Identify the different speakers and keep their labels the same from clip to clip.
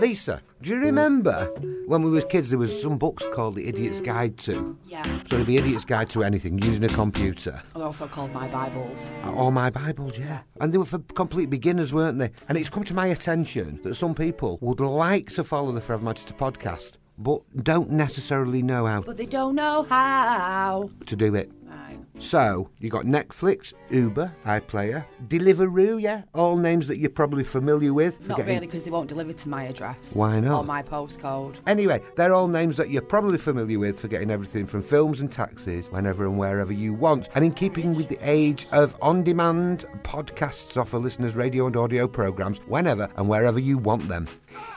Speaker 1: Lisa, do you remember when we were kids there was some books called The Idiot's Guide to?
Speaker 2: Yeah.
Speaker 1: So it'd be Idiot's Guide to Anything using a computer.
Speaker 2: They're also called My Bibles.
Speaker 1: All my Bibles, yeah. And they were for complete beginners, weren't they? And it's come to my attention that some people would like to follow the Forever Manchester podcast, but don't necessarily know how
Speaker 2: But they don't know how.
Speaker 1: to do it.
Speaker 2: Right.
Speaker 1: So you got Netflix, Uber, iPlayer, Deliveroo, yeah, all names that you're probably familiar with.
Speaker 2: Not
Speaker 1: Forgetting-
Speaker 2: really, because they won't deliver to my address.
Speaker 1: Why not?
Speaker 2: Or my postcode.
Speaker 1: Anyway, they're all names that you're probably familiar with for getting everything from films and taxis whenever and wherever you want. And in keeping with the age of on demand, podcasts offer listeners radio and audio programmes whenever and wherever you want them.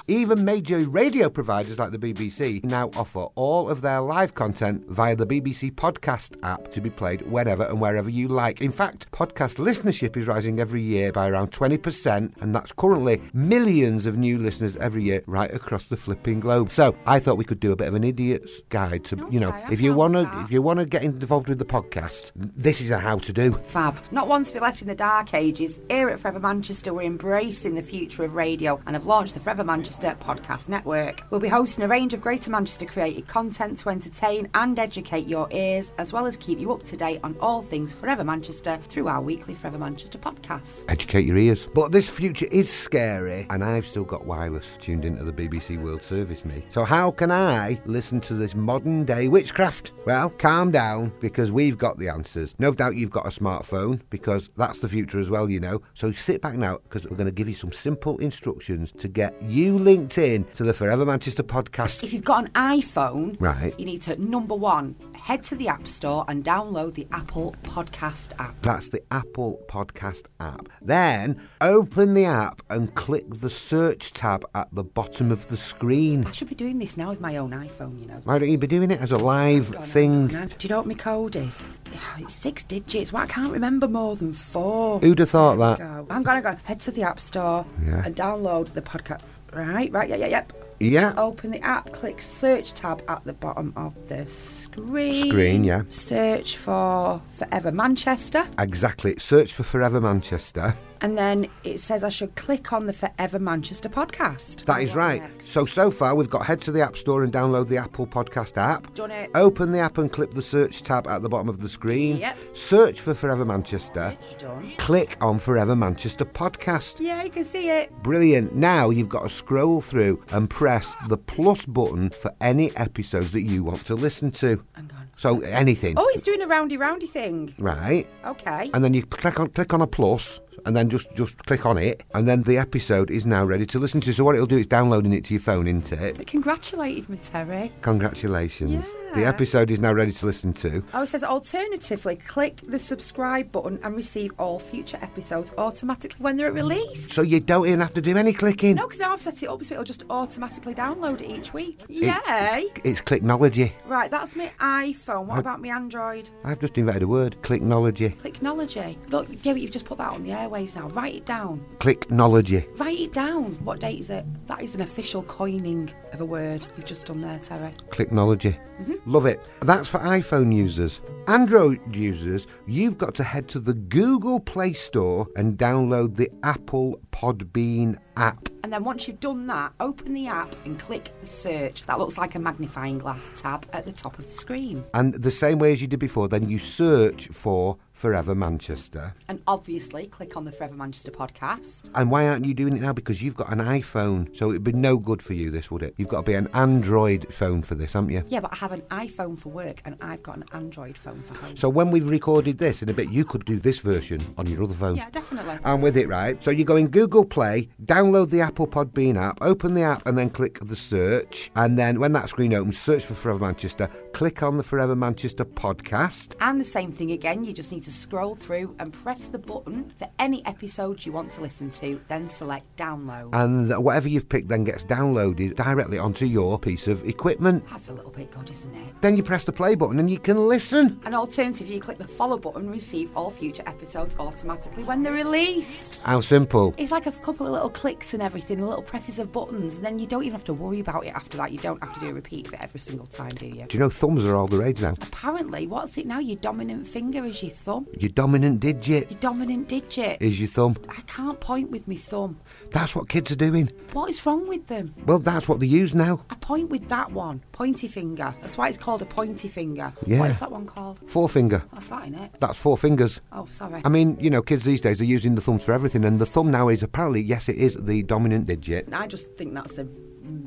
Speaker 1: Even major radio providers like the BBC now offer all of their live content via the BBC Podcast app to be played whenever and wherever you like. In fact, podcast listenership is rising every year by around 20%, and that's currently millions of new listeners every year right across the flipping globe. So I thought we could do a bit of an idiot's guide to, you know,
Speaker 2: Okay, I'm
Speaker 1: if you
Speaker 2: down
Speaker 1: want
Speaker 2: with
Speaker 1: to,
Speaker 2: that.
Speaker 1: if you want to get involved with the podcast, this is a how to do.
Speaker 2: Fab. Not one to be left in the dark ages, here at Forever Manchester, we're embracing the future of radio and have launched the Forever Manchester Podcast Network. We'll be hosting a range of Greater Manchester created content to entertain and educate your ears, as well as keep you up to date on all things Forever Manchester through our weekly Forever Manchester podcast.
Speaker 1: Educate your ears. But this future is scary, and I've still got wireless tuned into the BBC World Service, me. So, how can I listen to this modern day witchcraft? Well, calm down because we've got the answers. No doubt you've got a smartphone because that's the future as well, you know. So, sit back now because we're going to give you some simple instructions to get you linked in to the Forever Manchester podcast.
Speaker 2: If you've got an iPhone,
Speaker 1: Right.
Speaker 2: you need to number one, head to the App Store and download the Apple Podcast app.
Speaker 1: That's the Apple Podcast app. Then open the app and click the search tab at the bottom of the screen.
Speaker 2: I should be doing this now with my own iPhone, you know.
Speaker 1: Why don't you be doing it as a live
Speaker 2: Go on,
Speaker 1: thing?
Speaker 2: go on. Do you know what my code is? Oh, It's six digits. Well, I can't remember more than four.
Speaker 1: Who'd have thought that?
Speaker 2: Go. I'm gonna go. Head to the app store
Speaker 1: Yeah.
Speaker 2: and download the podcast. Right, right, yeah, yeah, yep.
Speaker 1: Yeah.
Speaker 2: Open the app, click search tab at the bottom of the screen.
Speaker 1: Screen, yeah.
Speaker 2: Search for Forever Manchester.
Speaker 1: Exactly. Search for Forever Manchester.
Speaker 2: And then it says I should click on the Forever Manchester podcast.
Speaker 1: That is
Speaker 2: Go on
Speaker 1: right.
Speaker 2: next.
Speaker 1: So, so far, we've got head to the App Store and download the Apple Podcast app.
Speaker 2: Done it.
Speaker 1: Open the app and click the search tab at the bottom of the screen.
Speaker 2: Yep.
Speaker 1: Search for Forever Manchester.
Speaker 2: Done.
Speaker 1: Click on Forever Manchester Podcast.
Speaker 2: Yeah, you can see it.
Speaker 1: Brilliant. Now you've got to scroll through and press the plus button for any episodes that you want to listen to.
Speaker 2: Hang on.
Speaker 1: So, anything.
Speaker 2: Oh, it's doing a roundy roundy thing.
Speaker 1: Right.
Speaker 2: Okay.
Speaker 1: and then you click on click on a plus and then just just click on it and then the episode is now ready to listen to so what it'll do is downloading it to your phone isn't it
Speaker 2: It congratulated me, Terry.
Speaker 1: congratulations the
Speaker 2: Yeah.
Speaker 1: episode is now ready to listen to
Speaker 2: Oh, it says alternatively, click the subscribe button and receive all future episodes automatically when they're released.
Speaker 1: so you don't even have to do any clicking
Speaker 2: No, because now I've set it up so it'll just automatically download it each week. Yay!
Speaker 1: It- it's, it's clicknology
Speaker 2: right, that's my iPhone. What about my Android?
Speaker 1: i've just invented a word clicknology
Speaker 2: Clicknology. Look, yeah, but you've just put that on the airwaves now. Write it down.
Speaker 1: clicknology
Speaker 2: Write it down. What date is it? That is an official coining of a word you've just done there, Terry.
Speaker 1: clicknology
Speaker 2: Mm-hmm.
Speaker 1: love it that's for iphone users android users you've got to head to the google play store and download the apple podbean app
Speaker 2: And then once you've done that, open the app and click the search. That looks like a magnifying glass tab at the top of the screen.
Speaker 1: And the same way as you did before, then you search for Forever Manchester.
Speaker 2: And obviously, click on the Forever Manchester podcast.
Speaker 1: And why aren't you doing it now? Because you've got an iPhone, so it'd be no good for you, this would it? You've got to be an Android phone for this, haven't you?
Speaker 2: Yeah, but I have an iPhone for work and I've got an Android phone for home.
Speaker 1: So when we've recorded this in a bit, you could do this version on your other phone.
Speaker 2: yeah, definitely.
Speaker 1: I'm with it, right? So you go in Google Play, download the Apple Podbean app, open the app, and then click the search. And then when that screen opens, search for Forever Manchester, click on the Forever Manchester podcast.
Speaker 2: and the same thing again, you just need to scroll through and press the button for any episode you want to listen to, then select download.
Speaker 1: and that whatever you've picked then gets downloaded directly onto your piece of equipment.
Speaker 2: That's a little bit good, isn't it?
Speaker 1: Then you press the play button and you can listen.
Speaker 2: An alternative, you click the follow button, receive all future episodes automatically when they're released.
Speaker 1: How simple.
Speaker 2: It's like a couple of little clicks and everything, little presses of buttons, and then you don't even have to worry about it after that. You don't have to do a repeat of it every single time, do you?
Speaker 1: Do you know thumbs are all the rage now?
Speaker 2: Apparently, what's it now? Your dominant finger is your thumb. thumb.
Speaker 1: Your dominant digit
Speaker 2: Your dominant digit.
Speaker 1: is your thumb.
Speaker 2: I can't point with my thumb.
Speaker 1: That's what kids are doing.
Speaker 2: What is wrong with them?
Speaker 1: Well, that's what they use now.
Speaker 2: I point with that one, pointy finger. That's why it's called a pointy finger.
Speaker 1: Yeah.
Speaker 2: What is that one called?
Speaker 1: Forefinger.
Speaker 2: What's that in it?
Speaker 1: That's four fingers.
Speaker 2: Oh, sorry.
Speaker 1: I mean, you know, kids these days are using the thumbs for everything, and the thumb now is apparently, yes, it is the dominant digit.
Speaker 2: I just think that's the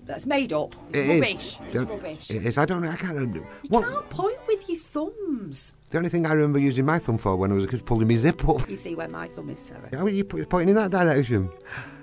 Speaker 2: that's made up. It's
Speaker 1: It is.
Speaker 2: rubbish. It's
Speaker 1: Don't-
Speaker 2: rubbish.
Speaker 1: It is. I don't know. I can't remember.
Speaker 2: you
Speaker 1: What,
Speaker 2: can't point with your thumbs.
Speaker 1: the only thing I remember using my thumb for when I was a kid was pulling my zip up.
Speaker 2: You see where my thumb is, Sarah.
Speaker 1: How are you po- pointing in that direction?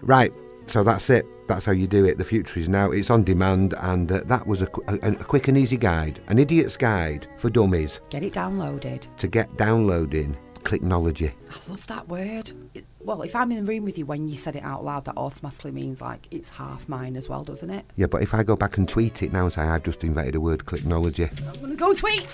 Speaker 1: Right. So that's it. That's how you do it. The future is now. It's on demand, and uh, that was a, qu- a, a quick and easy guide, an idiot's guide for dummies
Speaker 2: Get it downloaded.
Speaker 1: to get downloading clicknology.
Speaker 2: I love that word. It, well, if I'm in the room with you when you said it out loud, that automatically means like it's half mine as well, doesn't it?
Speaker 1: Yeah, but if I go back and tweet it now and say I've just invented a word, clicknology.
Speaker 2: I'm gonna go tweet.